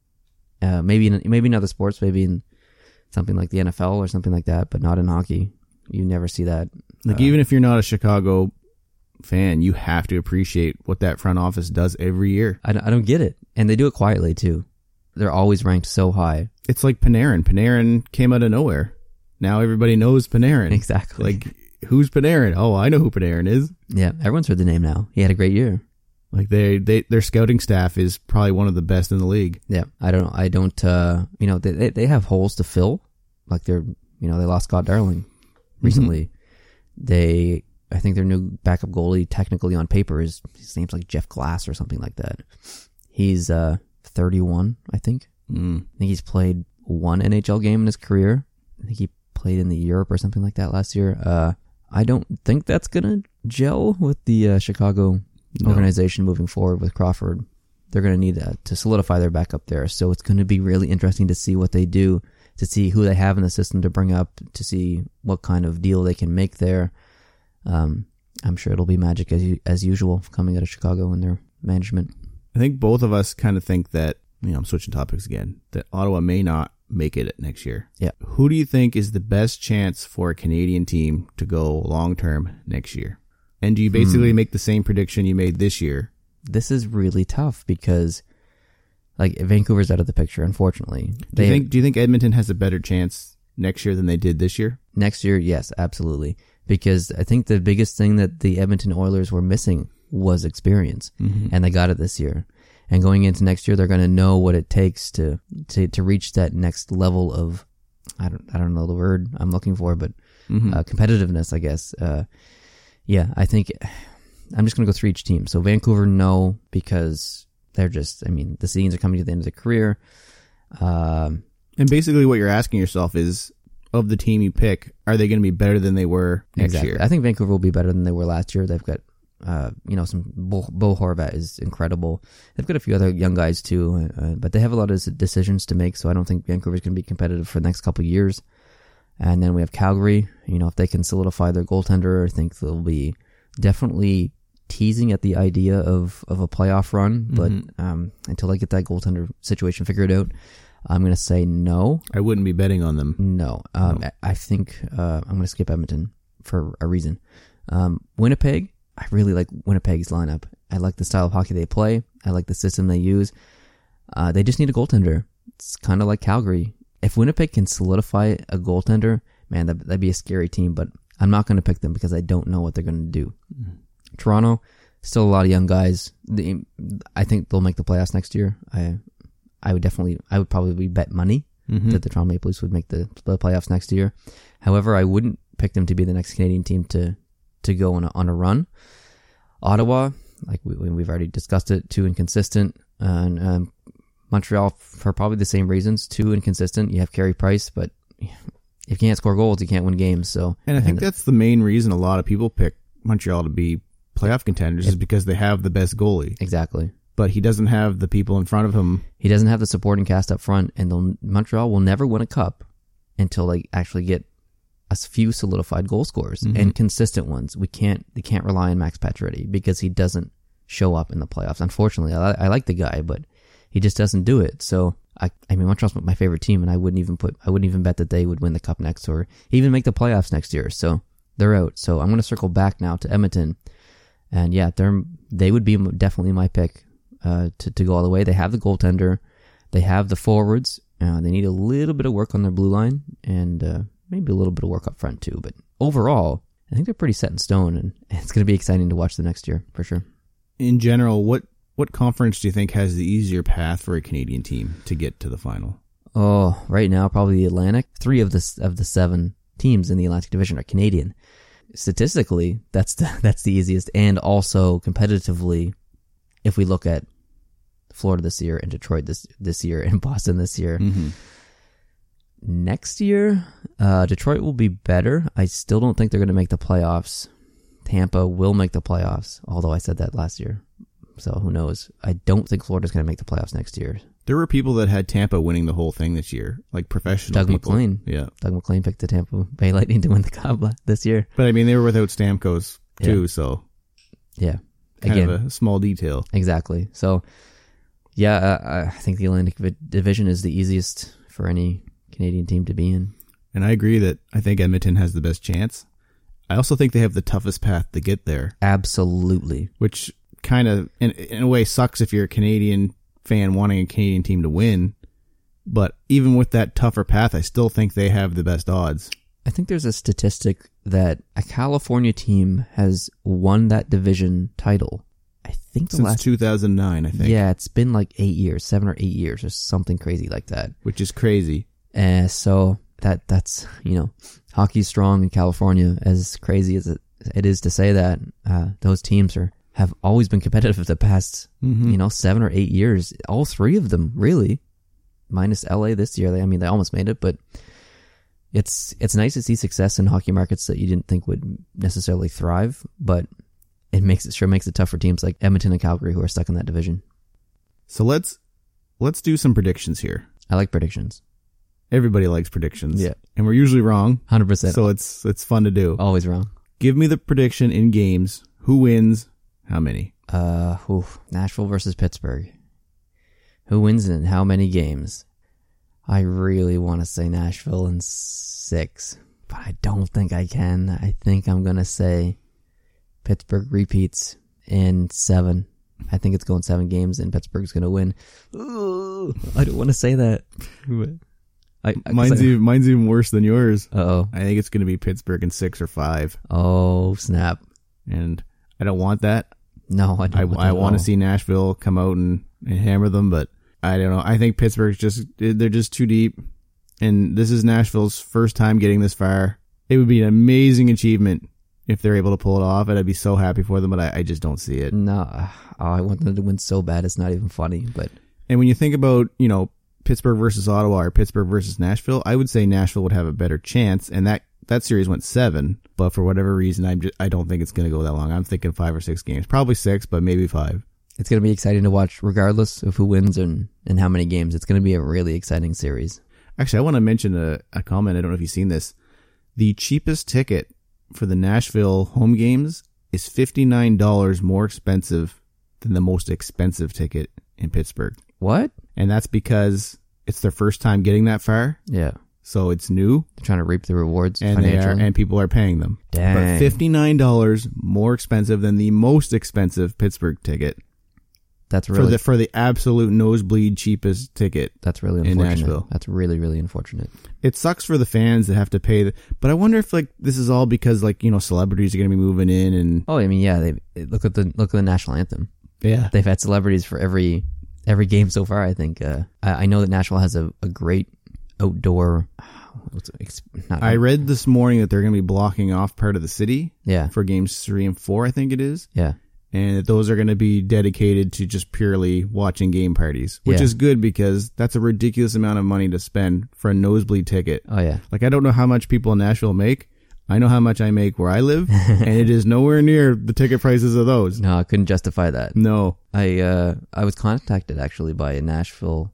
Speaker 2: Uh, maybe in, maybe in other sports, maybe in something like the NFL or something like that, but not in hockey. You never see that.
Speaker 1: Like
Speaker 2: Uh,
Speaker 1: even if you're not a Chicago fan, you have to appreciate what that front office does every year.
Speaker 2: I, don't- I don't get it, and they do it quietly too. They're always ranked so high.
Speaker 1: It's like Panarin. Panarin came out of nowhere. Now everybody knows Panarin.
Speaker 2: Exactly.
Speaker 1: Like who's Panarin? Oh, I know who Panarin is.
Speaker 2: yeah, everyone's heard the name now. He had a great year.
Speaker 1: Like they, they their scouting staff is probably one of the best in the league.
Speaker 2: Yeah, I don't. I don't. Uh, you know, they- they they have holes to fill. Like they're, you know, they lost Scott Darling recently. They, I think their new backup goalie, technically on paper, is his name's like Jeff Glass or something like that. He's uh 31, I think.
Speaker 1: Mm.
Speaker 2: I think he's played one NHL game in his career. I think he played in the Europe or something like that last year. Uh, I don't think that's gonna gel with the uh, Chicago organization moving forward with Crawford. They're gonna need that to solidify their backup there. So it's gonna be really interesting to see what they do, to see who they have in the system to bring up, to see what kind of deal they can make there. Um, I'm sure it'll be magic as u- as usual coming out of Chicago and their management.
Speaker 1: I think both of us kind of think that, you know, I'm switching topics again, that Ottawa may not make it next year.
Speaker 2: Yeah.
Speaker 1: Who do you think is the best chance for a Canadian team to go long term next year? And do you basically
Speaker 2: Hmm.
Speaker 1: make the same prediction you made this year?
Speaker 2: this is really tough because like Vancouver's out of the picture, unfortunately.
Speaker 1: Do
Speaker 2: They
Speaker 1: you think do you think Edmonton has a better chance next year than they did this year?
Speaker 2: next year, yes, absolutely. Because I think the biggest thing that the Edmonton Oilers were missing was experience. And they got it this year. And going into next year they're gonna know what it takes to, to, to reach that next level of I don't I don't know the word I'm looking for, but uh, competitiveness, I guess. Uh, yeah, I think I'm just going to go through each team. So Vancouver, no, because they're just, I mean, the scenes are coming to the end of their career. Um,
Speaker 1: And basically what you're asking yourself is of the team you pick, are they going to be better than they were next
Speaker 2: exactly.
Speaker 1: year?
Speaker 2: I think Vancouver will be better than they were last year. They've got, uh, you know, some Bo, Bo Horvat is incredible. They've got a few other young guys too, uh, but they have a lot of decisions to make. So I don't think Vancouver's going to be competitive for the next couple of years. And then we have Calgary. You know, if they can solidify their goaltender, I think they'll be definitely teasing at the idea of, of a playoff run. But
Speaker 1: Mm-hmm.
Speaker 2: um, until they get that goaltender situation figured out, I'm going to say no.
Speaker 1: I wouldn't be betting on them.
Speaker 2: No, um, I- I think uh, I'm going to skip Edmonton for a reason. Um, Winnipeg, I really like Winnipeg's lineup. I like the style of hockey they play. I like the system they use. Uh, they just need a goaltender. It's kind of like Calgary. If Winnipeg can solidify a goaltender, man, that, that'd be a scary team. But I'm not going to pick them because I don't know what they're going to do. Toronto, still a lot of young guys. They, I think they'll make the playoffs next year. I I would definitely I would probably bet money
Speaker 1: Mhm.
Speaker 2: that the Toronto Maple Leafs would make the the playoffs next year. However, I wouldn't pick them to be the next Canadian team to to go on a, on a run. Ottawa, like we, we- we've already discussed it, too inconsistent, and um, Montreal for probably the same reasons, too inconsistent. You have Carey Price, but if you can't score goals, you can't win games. So
Speaker 1: And I think that's the main reason a lot of people pick Montreal to be playoff contenders is because they have the best goalie,
Speaker 2: exactly.
Speaker 1: but he doesn't have the people in front of him.
Speaker 2: He doesn't have the supporting cast up front, and they'll, Montreal will never win a cup until they actually get a s- few solidified goal scorers and consistent ones. We can't they can't rely on Max Pacioretty because he doesn't show up in the playoffs. Unfortunately, I, I like the guy, but he just doesn't do it. So I, I mean, Montreal's my favorite team, and I wouldn't even put I wouldn't even bet that they would win the cup next or even make the playoffs next year. So they're out. So I'm going to circle back now to Edmonton, and yeah, they're they would be definitely my pick uh, to to go all the way. They have the goaltender, they have the forwards. Uh, they need a little bit of work on their blue line and uh, maybe a little bit of work up front too. But overall, I think they're pretty set in stone, and it's going to be exciting to watch the next year for sure.
Speaker 1: In general, what what conference do you think has the easier path for a Canadian team to get to the final?
Speaker 2: Oh, right now probably the Atlantic. Three of the of the seven teams in the Atlantic Division are Canadian. Statistically, that's the that's the easiest, and also competitively, if we look at Florida this year and Detroit this this year and Boston this year, next year uh, Detroit will be better. I still don't think they're going to make the playoffs. Tampa will make the playoffs, although I said that last year, so who knows? I don't think Florida's going to make the playoffs next year.
Speaker 1: There were people that had Tampa winning the whole thing this year, like professional
Speaker 2: Doug
Speaker 1: people.
Speaker 2: McLean.
Speaker 1: Yeah.
Speaker 2: Doug McLean picked the Tampa Bay Lightning to win the Cup la- this year.
Speaker 1: But I mean, they were without Stamkos too, so
Speaker 2: Yeah,
Speaker 1: kind
Speaker 2: again,
Speaker 1: of a small detail.
Speaker 2: exactly. So, yeah, uh, I think the Atlantic vi- Division is the easiest for any Canadian team to be in.
Speaker 1: And I agree that I think Edmonton has the best chance. I also think they have the toughest path to get there,
Speaker 2: Absolutely,
Speaker 1: which kind of, in, in a way, sucks if you're a Canadian fan wanting a Canadian team to win. But even with that tougher path, I still think they have the best odds.
Speaker 2: I think there's a statistic that a California team has won that division title. I think the
Speaker 1: Since
Speaker 2: last
Speaker 1: 2009, I think,
Speaker 2: yeah, it's been like eight years, seven or eight years, or something crazy like that.
Speaker 1: which is crazy.
Speaker 2: And Eh, so that that's you know, hockey's strong in California. As crazy as it, it is to say that, uh, those teams are have always been competitive for the past you know seven or eight years. All three of them really, minus LA this year. They I mean they almost made it, but it's it's nice to see success in hockey markets that you didn't think would necessarily thrive, but it makes it sure makes it tough for teams like Edmonton and Calgary who are stuck in that division.
Speaker 1: So let's let's do some predictions here.
Speaker 2: I like predictions,
Speaker 1: Everybody likes predictions,
Speaker 2: Yeah. Oh.
Speaker 1: and we're usually wrong,
Speaker 2: hundred percent,
Speaker 1: so it's it's fun to do.
Speaker 2: always wrong.
Speaker 1: Give me the prediction in games. Who wins? How many?
Speaker 2: Uh, oof. Nashville versus Pittsburgh. Who wins in how many games? I really want to say Nashville in six, but I don't think I can. I think I'm gonna say Pittsburgh repeats in seven. I think it's going seven games, and Pittsburgh's gonna win. Ooh, I don't want to say that. I, I,
Speaker 1: Mine's even, mine's even worse than yours.
Speaker 2: oh,
Speaker 1: I think it's going to be Pittsburgh in six or five,
Speaker 2: oh snap!
Speaker 1: and I don't want that.
Speaker 2: No, I
Speaker 1: I,
Speaker 2: don't.
Speaker 1: I want
Speaker 2: to
Speaker 1: to see Nashville come out and, and hammer them, but I don't know. I think Pittsburgh's just they're just too deep, and this is Nashville's first time getting this far. It would be an amazing achievement if they're able to pull it off, and I'd be so happy for them. But I, I just don't see it.
Speaker 2: No, oh, I want them to win so bad. It's not even funny, but
Speaker 1: And when you think about, you know, Pittsburgh versus Ottawa or Pittsburgh versus Nashville, I would say Nashville would have a better chance. And that that series went seven, but for whatever reason, I'm just, I don't think it's going to go that long. I'm thinking five or six games, probably six, but maybe five.
Speaker 2: it's going to be exciting to watch regardless of who wins and, and how many games it's going to be a really exciting series
Speaker 1: Actually, I want to mention a, a comment. I don't know if you've seen this. The cheapest ticket for the Nashville home games is fifty nine dollars more expensive than the most expensive ticket in Pittsburgh,
Speaker 2: what
Speaker 1: and that's because it's their first time getting that far,
Speaker 2: yeah
Speaker 1: so it's new.
Speaker 2: they're trying to reap the rewards
Speaker 1: and they are
Speaker 2: financially
Speaker 1: and people are paying them.
Speaker 2: Dang.
Speaker 1: But fifty nine dollars more expensive than the most expensive Pittsburgh ticket,
Speaker 2: That's
Speaker 1: for
Speaker 2: really
Speaker 1: the for the absolute nosebleed cheapest ticket.
Speaker 2: that's really
Speaker 1: in
Speaker 2: unfortunate.
Speaker 1: Nashville.
Speaker 2: that's really really unfortunate.
Speaker 1: It sucks for the fans that have to pay. The, but I wonder if like this is all because like you know celebrities are going to be moving in and
Speaker 2: Oh, I mean, yeah. They look at the look at the national anthem.
Speaker 1: yeah
Speaker 2: They've had celebrities for every every game so far. I think. Uh, I, I know that Nashville has a, a great outdoor. what's it- ex- Not,
Speaker 1: I read this morning that they're going to be blocking off part of the city
Speaker 2: yeah,
Speaker 1: for games three and four, I think it is,
Speaker 2: yeah,
Speaker 1: and that those are going to be dedicated to just purely watching game parties, which
Speaker 2: Yeah.
Speaker 1: is good because that's a ridiculous amount of money to spend for a nosebleed ticket.
Speaker 2: oh yeah,
Speaker 1: Like, I don't know how much people in Nashville make. I know how much I make where I live, and it is nowhere near the ticket prices of those.
Speaker 2: No, I couldn't justify that.
Speaker 1: No.
Speaker 2: I uh, I was contacted actually by a Nashville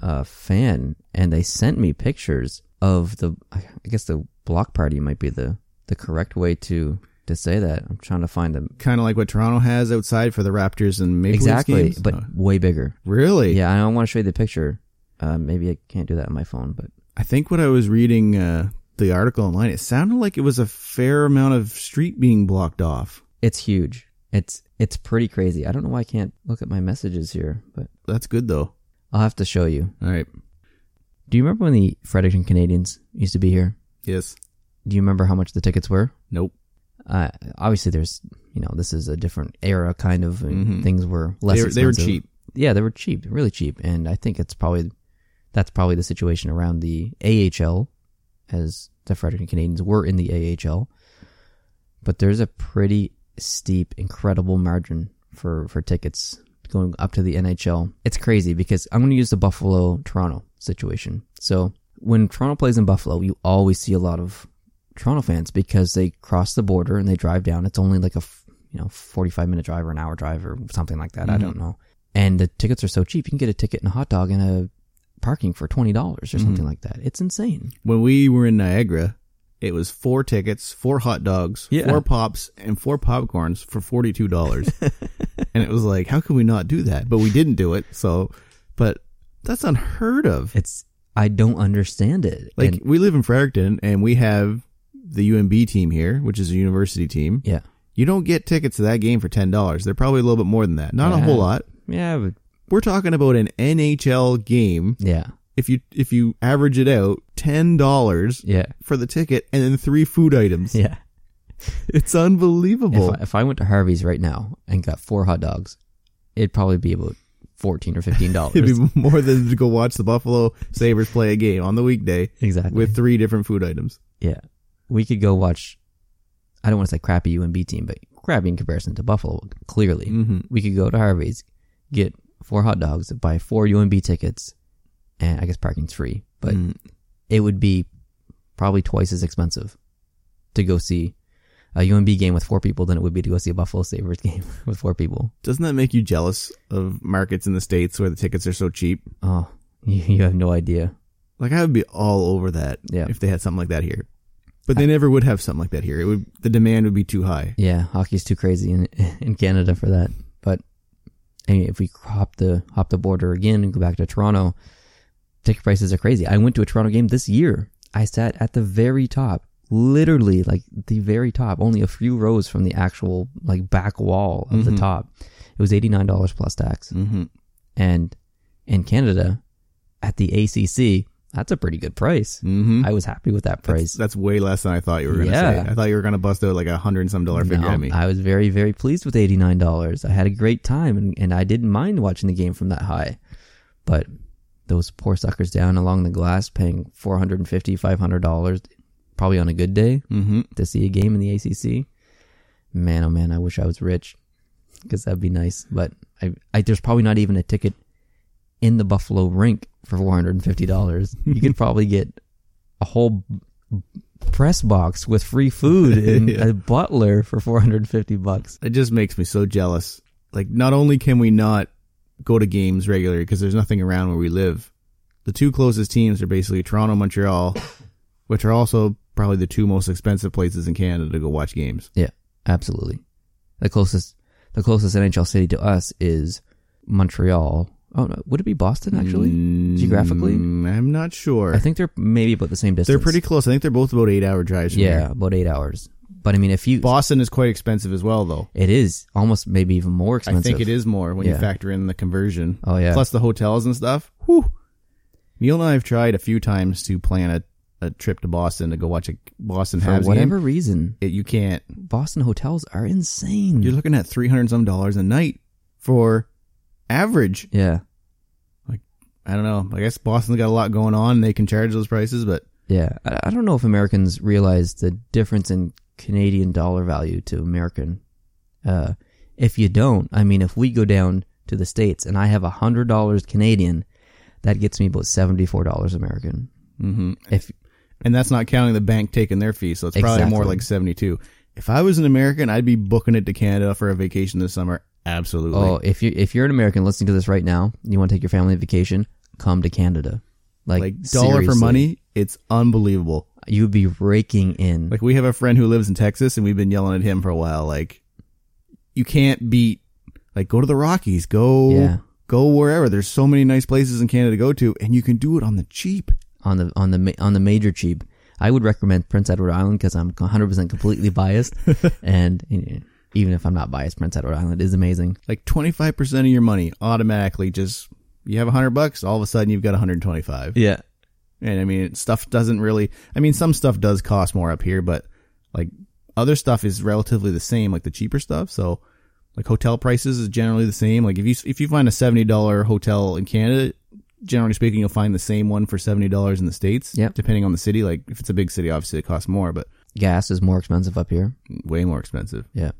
Speaker 2: uh, fan, and they sent me pictures of the. I guess the block party might be the the correct way to to say that. I'm trying to find them
Speaker 1: Kind of like what Toronto has outside for the Raptors and Maple Leafs
Speaker 2: exactly,
Speaker 1: games.
Speaker 2: but
Speaker 1: Oh,
Speaker 2: way bigger.
Speaker 1: really?
Speaker 2: Yeah, I don't want to show you the picture. Uh, maybe I can't do that on my phone, but
Speaker 1: I think what I was reading uh, the article online, it sounded like it was a fair amount of street being blocked off.
Speaker 2: it's huge. It's it's pretty crazy. I don't know why I can't look at my messages here, but
Speaker 1: That's good though.
Speaker 2: I'll have to show you.
Speaker 1: All right.
Speaker 2: Do you remember when the Fredericton Canadians used to be here?
Speaker 1: Yes.
Speaker 2: Do you remember how much the tickets were?
Speaker 1: Nope.
Speaker 2: uh, obviously there's you know this is a different era kind of and
Speaker 1: Mhm.
Speaker 2: things were less
Speaker 1: They were, they were
Speaker 2: expensive.
Speaker 1: cheap.
Speaker 2: yeah they were cheap really cheap and i think it's probably that's probably the situation around the ahl as the fredericton canadians were in the ahl but there's a pretty steep incredible margin for for tickets going up to the nhl it's crazy because i'm going to use the buffalo toronto situation so when toronto plays in buffalo you always see a lot of Toronto fans because they cross the border and they drive down. It's only like a f- you know forty five minute drive or an hour drive or something like that. I don't know. And the tickets are so cheap. You can get a ticket and a hot dog and a parking for twenty dollars or something like that. It's insane.
Speaker 1: When we were in Niagara, it was four tickets, four hot dogs,
Speaker 2: Yeah.
Speaker 1: four pops, and four popcorns for forty two dollars. and it was like, how can we not do that? But we didn't do it. So, but that's unheard of.
Speaker 2: It's I don't understand it.
Speaker 1: Like
Speaker 2: And-
Speaker 1: we live in Fredericton, and we have the UMB team here, which is a university team.
Speaker 2: yeah,
Speaker 1: You don't get tickets to that game for ten dollars. They're probably a little bit more than that. Not a
Speaker 2: Yeah.
Speaker 1: whole lot.
Speaker 2: yeah, but,
Speaker 1: We're talking about an NHL game.
Speaker 2: yeah,
Speaker 1: If you if you average it out, ten dollars
Speaker 2: yeah,
Speaker 1: for the ticket and then three food items.
Speaker 2: yeah.
Speaker 1: It's
Speaker 2: If
Speaker 1: unbelievable.
Speaker 2: I, if I went to Harvey's right now and got four hot dogs, it'd probably be about fourteen or fifteen dollars.
Speaker 1: It'd be more than to go watch the Buffalo Sabres play a game on the weekday
Speaker 2: exactly.
Speaker 1: with three different food items.
Speaker 2: Yeah. We could go watch I don't want to say crappy UMB team, but crappy in comparison to Buffalo, clearly.
Speaker 1: Mm-hmm.
Speaker 2: We could go to Harvey's, get four hot dogs, buy four UMB tickets, and I guess parking's free, but it would be probably twice as expensive to go see a UMB game with four people than it would be to go see a Buffalo Sabres game with four people.
Speaker 1: Doesn't that make you jealous of markets in the States where the tickets are so cheap?
Speaker 2: Oh, you, you have no idea.
Speaker 1: Like I would be all over that
Speaker 2: Yeah.
Speaker 1: if they had something like that here. But they never would have something like that here. It would the demand would be too high.
Speaker 2: Yeah, hockey's too crazy in in Canada for that. But anyway, if we hop the hop the border again and go back to Toronto, ticket prices are crazy. I went to a Toronto game this year. I sat at the very top, literally like the very top, only a few rows from the actual like back wall of the top. It was eighty nine dollars plus tax,
Speaker 1: Mm-hmm.
Speaker 2: and in Canada, at the ACC, that's a pretty good price.
Speaker 1: Mm-hmm.
Speaker 2: I was happy with that price.
Speaker 1: That's way less than I thought you were going to
Speaker 2: Yeah.
Speaker 1: say. I thought you were going to bust out like a hundred and some dollar figure
Speaker 2: No,
Speaker 1: at me.
Speaker 2: I was very, very pleased with eighty nine dollars. I had a great time, and, and I didn't mind watching the game from that high. But those poor suckers down along the glass, paying four hundred and fifty, five hundred dollars, probably on a good day
Speaker 1: mm-hmm.
Speaker 2: to see a game in the ACC. Man, oh man, I wish I was rich because that'd be nice. But I, I, there's probably not even a ticket in the Buffalo rink for four hundred and fifty dollars. you could probably get a whole press box with free food and
Speaker 1: Yeah.
Speaker 2: a butler for four hundred and fifty bucks.
Speaker 1: It just makes me so jealous. Like, not only can we not go to games regularly because there's nothing around where we live, the two closest teams are basically Toronto, Montreal, which are also probably the two most expensive places in Canada to go watch games.
Speaker 2: Yeah, absolutely. The closest, the closest NHL city to us is Montreal. Oh no, would it be Boston actually? Geographically,
Speaker 1: Mm, I'm not sure.
Speaker 2: I think they're maybe about the same distance.
Speaker 1: they're pretty close. I think they're both about eight hour drives. From
Speaker 2: Yeah,
Speaker 1: here.
Speaker 2: about eight hours. But I mean, if you
Speaker 1: Boston is quite expensive as well, though.
Speaker 2: it is almost maybe even more expensive.
Speaker 1: I think it is more when you
Speaker 2: Yeah.
Speaker 1: factor in the conversion.
Speaker 2: Oh, yeah.
Speaker 1: Plus the hotels and stuff. Whew. Neil and I have tried a few times to plan a, a trip to Boston to go watch a Boston
Speaker 2: for
Speaker 1: Habs
Speaker 2: whatever Mm.
Speaker 1: game.
Speaker 2: reason.
Speaker 1: It, you can't.
Speaker 2: Boston hotels are insane.
Speaker 1: You're looking at three hundred some dollars a night for average.
Speaker 2: yeah,
Speaker 1: I don't know. I guess Boston's got a lot going on. and They can charge those prices, but
Speaker 2: yeah. I, I don't know if Americans realize the difference in Canadian dollar value to American. Uh, if you don't, I mean, if we go down to the states and I have a hundred dollars Canadian, that gets me about seventy four dollars American.
Speaker 1: mhm.
Speaker 2: If
Speaker 1: and that's not counting the bank taking their fee. So it's probably more
Speaker 2: Exactly.
Speaker 1: like seventy two. If I was an American, I'd be booking it to Canada for a vacation this summer. Absolutely.
Speaker 2: Oh, if you if you're an American listening to this right now, and you want to take your family on vacation, come to Canada. Like,
Speaker 1: like dollar for
Speaker 2: seriously.
Speaker 1: money, it's unbelievable.
Speaker 2: you'd be raking in.
Speaker 1: Like we have a friend who lives in Texas and we've been yelling at him for a while like you can't beat like go to the Rockies, go
Speaker 2: Yeah.
Speaker 1: go wherever. There's so many nice places in Canada to go to and you can do it on the cheap.
Speaker 2: on the on the ma- on the major cheap. I would recommend Prince Edward Island because I'm 100 percent completely biased, and you know, even if I'm not biased, Prince Edward Island is amazing.
Speaker 1: Like 25% of your money automatically just you have 100 bucks, all of a sudden you've got 125.
Speaker 2: Yeah,
Speaker 1: And I mean, stuff doesn't really I mean, some stuff does cost more up here, but like other stuff is relatively the same, like the cheaper stuff. So like hotel prices is generally the same. Like if you if you find a $70 hotel in Canada, generally speaking, you'll find the same one for $70 in the states,
Speaker 2: Yep.
Speaker 1: depending on the city. Like if it's a big city, obviously it costs more, but
Speaker 2: gas is more expensive up here.
Speaker 1: way more expensive.
Speaker 2: Yeah,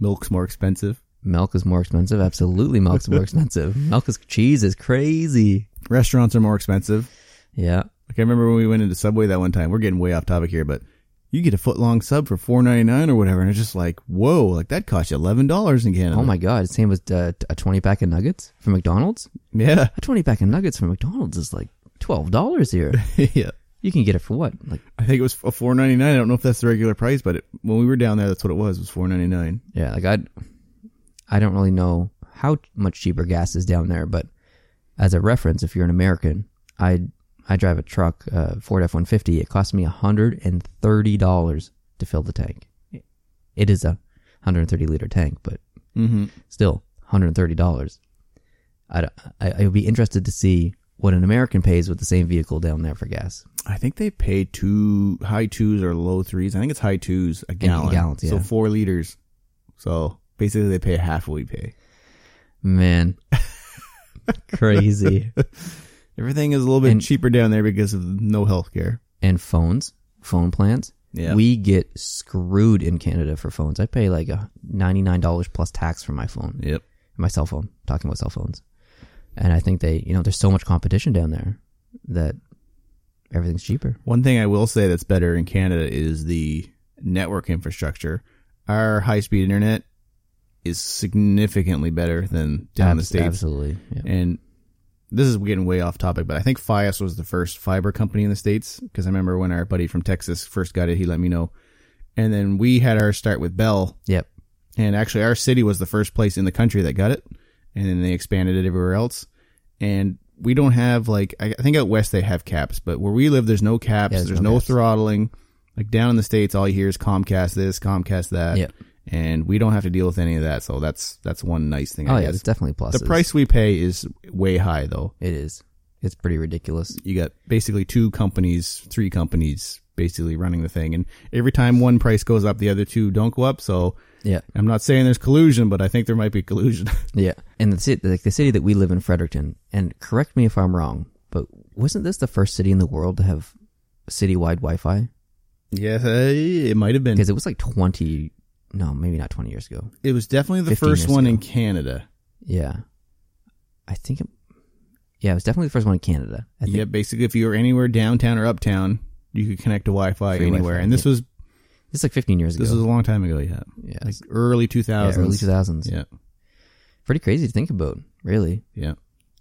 Speaker 1: Milk's more expensive.
Speaker 2: milk is more expensive. Absolutely, milk's more expensive. Milk is cheese is crazy.
Speaker 1: Restaurants are more expensive.
Speaker 2: Yeah,
Speaker 1: Like I remember when we went into Subway that one time. We're getting way off topic here, but you get a foot long sub for four ninety nine or whatever, and it's just like, whoa, like that cost you eleven dollars in Canada.
Speaker 2: Oh my god, same with uh, a 20 pack of nuggets from McDonald's.
Speaker 1: yeah,
Speaker 2: A 20 pack of nuggets from McDonald's is like $12 here.
Speaker 1: yeah.
Speaker 2: you can get it for what? Like
Speaker 1: I think it was a four ninety nine. I don't know if that's the regular price, but it, when we were down there, that's what it was. It was four ninety nine.
Speaker 2: yeah, like I I don't really know how much cheaper gas is down there, but as a reference if you're an American, I I drive a truck, uh, Ford F150. It cost me $130 to fill the tank. It is a 130 liter tank, but
Speaker 1: Mm-hmm.
Speaker 2: still $130 I'd, I, I would be interested to see what an american pays with the same vehicle down there for gas
Speaker 1: I think they pay two high twos or low threes. I think it's high twos a gallon.
Speaker 2: gallons,
Speaker 1: So
Speaker 2: yeah.
Speaker 1: four liters. So basically, they pay half what we pay.
Speaker 2: man crazy
Speaker 1: Everything is a little bit
Speaker 2: And-
Speaker 1: cheaper down there because of no health care.
Speaker 2: and phones phone plans
Speaker 1: Yeah.
Speaker 2: we get screwed in canada for phones i pay like a $99 plus tax for my phone
Speaker 1: Yep.
Speaker 2: my cell phone talking about cell phones and i think they you know there's so much competition down there that everything's cheaper
Speaker 1: One thing I will say that's better in Canada is the network infrastructure. Our high speed internet is significantly better than down the
Speaker 2: Abs-
Speaker 1: States.
Speaker 2: absolutely yeah.
Speaker 1: And this is getting way off topic, but I think Fios was the first fiber company in the States because I remember when our buddy from Texas first got it, he let me know. And then we had our start with Bell,
Speaker 2: yep
Speaker 1: and actually, our city was the first place in the country that got it, and then they expanded it everywhere else. And we don't have like I I think out west they have caps, but where we live, there's no caps.
Speaker 2: Yeah,
Speaker 1: there's,
Speaker 2: there's
Speaker 1: no,
Speaker 2: no caps.
Speaker 1: throttling. Like down in the states, all you hear is Comcast this, Comcast that,
Speaker 2: Yep.
Speaker 1: and we don't have to deal with any of that. So that's that's one nice thing.
Speaker 2: oh
Speaker 1: I
Speaker 2: yeah it's
Speaker 1: guess.
Speaker 2: definitely pluses
Speaker 1: the price we pay is way high though.
Speaker 2: It is. It's pretty ridiculous.
Speaker 1: You got basically two companies, three companies basically running the thing, and every time one price goes up, the other two don't go up. So
Speaker 2: Yeah,
Speaker 1: I'm not saying there's collusion, but I think there might be collusion.
Speaker 2: yeah. And the city, like the city that we live in, Fredericton. And correct me if I'm wrong, but wasn't this the first city in the world to have citywide Wi-Fi?
Speaker 1: Yes, eh, it might have been.
Speaker 2: Because it was like 20. No, maybe not 20 years ago.
Speaker 1: It was definitely the
Speaker 2: 15
Speaker 1: first
Speaker 2: years
Speaker 1: one
Speaker 2: ago.
Speaker 1: in Canada.
Speaker 2: Yeah, I think. It, yeah, it was definitely the first one in Canada. I think
Speaker 1: Yeah, basically, if you were anywhere downtown or uptown, you could connect to Wi-Fi
Speaker 2: Free
Speaker 1: anywhere.
Speaker 2: Wi-Fi,
Speaker 1: and this was
Speaker 2: it's like 15 years ago.
Speaker 1: this was a long time ago. Yeah,
Speaker 2: yeah,
Speaker 1: like early two
Speaker 2: yeah, early
Speaker 1: thousands.
Speaker 2: 2000s.
Speaker 1: Yeah,
Speaker 2: Pretty crazy to think about, really.
Speaker 1: yeah.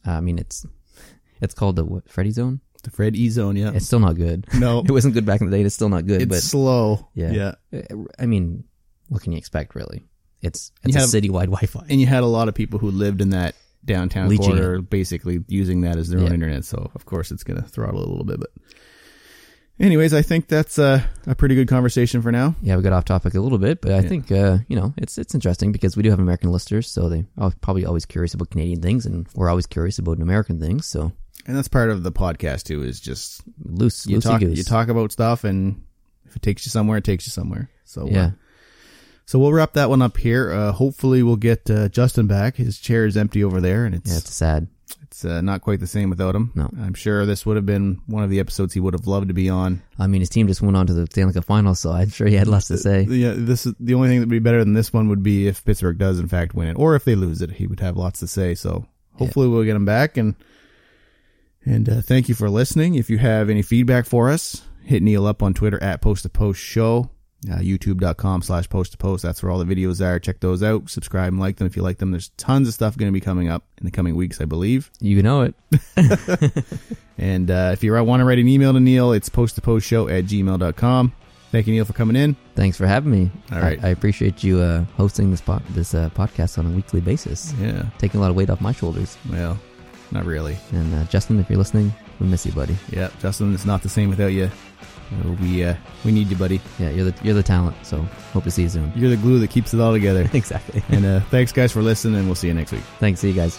Speaker 2: Uh, I mean, it's it's called the what, Freddy Zone.
Speaker 1: The Fred E Zone. Yeah,
Speaker 2: It's still not good.
Speaker 1: no,
Speaker 2: it wasn't good back in the day. It's still not good.
Speaker 1: it's
Speaker 2: but
Speaker 1: slow.
Speaker 2: Yeah.
Speaker 1: yeah.
Speaker 2: I mean, what can you expect, really? It's it's
Speaker 1: You
Speaker 2: a
Speaker 1: have-
Speaker 2: citywide Wi-Fi.
Speaker 1: And you had a lot of people who lived in that downtown
Speaker 2: Leeching
Speaker 1: corridor, basically using that as their own
Speaker 2: Yeah.
Speaker 1: internet. So of course, it's going to throttle a little bit, but. Anyways, I think that's uh, a pretty good conversation for now.
Speaker 2: Yeah, we got off topic a little bit, but I
Speaker 1: Yeah.
Speaker 2: think uh, you know it's it's interesting because we do have American listeners, so they are probably always curious about Canadian things, and we're always curious about American things. So
Speaker 1: And that's part of the podcast too. Is just
Speaker 2: loose,
Speaker 1: you
Speaker 2: loosey
Speaker 1: talk
Speaker 2: goose.
Speaker 1: you talk about stuff, and if it takes you somewhere, it takes you somewhere. So uh,
Speaker 2: yeah,
Speaker 1: so we'll wrap that one up here. Uh, hopefully, we'll get uh, Justin back. His chair is empty over there, and it's
Speaker 2: yeah, it's sad.
Speaker 1: it's uh, not quite the same without him.
Speaker 2: No.
Speaker 1: I'm sure this would have been one of the episodes he would have loved to be on.
Speaker 2: I mean, his team just went on to the Stanley Cup final, so I'm sure he had lots to say.
Speaker 1: Yeah, this is the only thing that would be better than this one would be if Pittsburgh does in fact win it, or if they lose it, he would have lots to say. So hopefully we'll get him back and and uh, thank you for listening. If you have any feedback for us, hit Neil up on Twitter at Post to Post Show, uh, YouTube.com slash Post to Post. That's where all the videos are. Check those out. Subscribe and like them if you like them. There's tons of stuff going to be coming up in the coming weeks, I believe.
Speaker 2: You know it.
Speaker 1: And uh, if you want to write an email to Neil, it's post to post show at gmail.com. Thank you, Neil, for coming in.
Speaker 2: Thanks for having me.
Speaker 1: All right.
Speaker 2: I, I appreciate you uh, hosting this po- this uh, podcast on a weekly basis,
Speaker 1: Yeah.
Speaker 2: taking a lot of weight off my shoulders.
Speaker 1: Well, not really.
Speaker 2: And uh, Justin, if you're listening, we miss you, buddy.
Speaker 1: Yeah, Justin, it's not the same without you. Uh, we uh, we need you, buddy.
Speaker 2: Yeah, you're the you're the talent. So hope to see you soon.
Speaker 1: You're the glue that keeps it all together.
Speaker 2: exactly.
Speaker 1: and uh, thanks, guys, for listening, and we'll see you next week.
Speaker 2: Thanks. See you guys.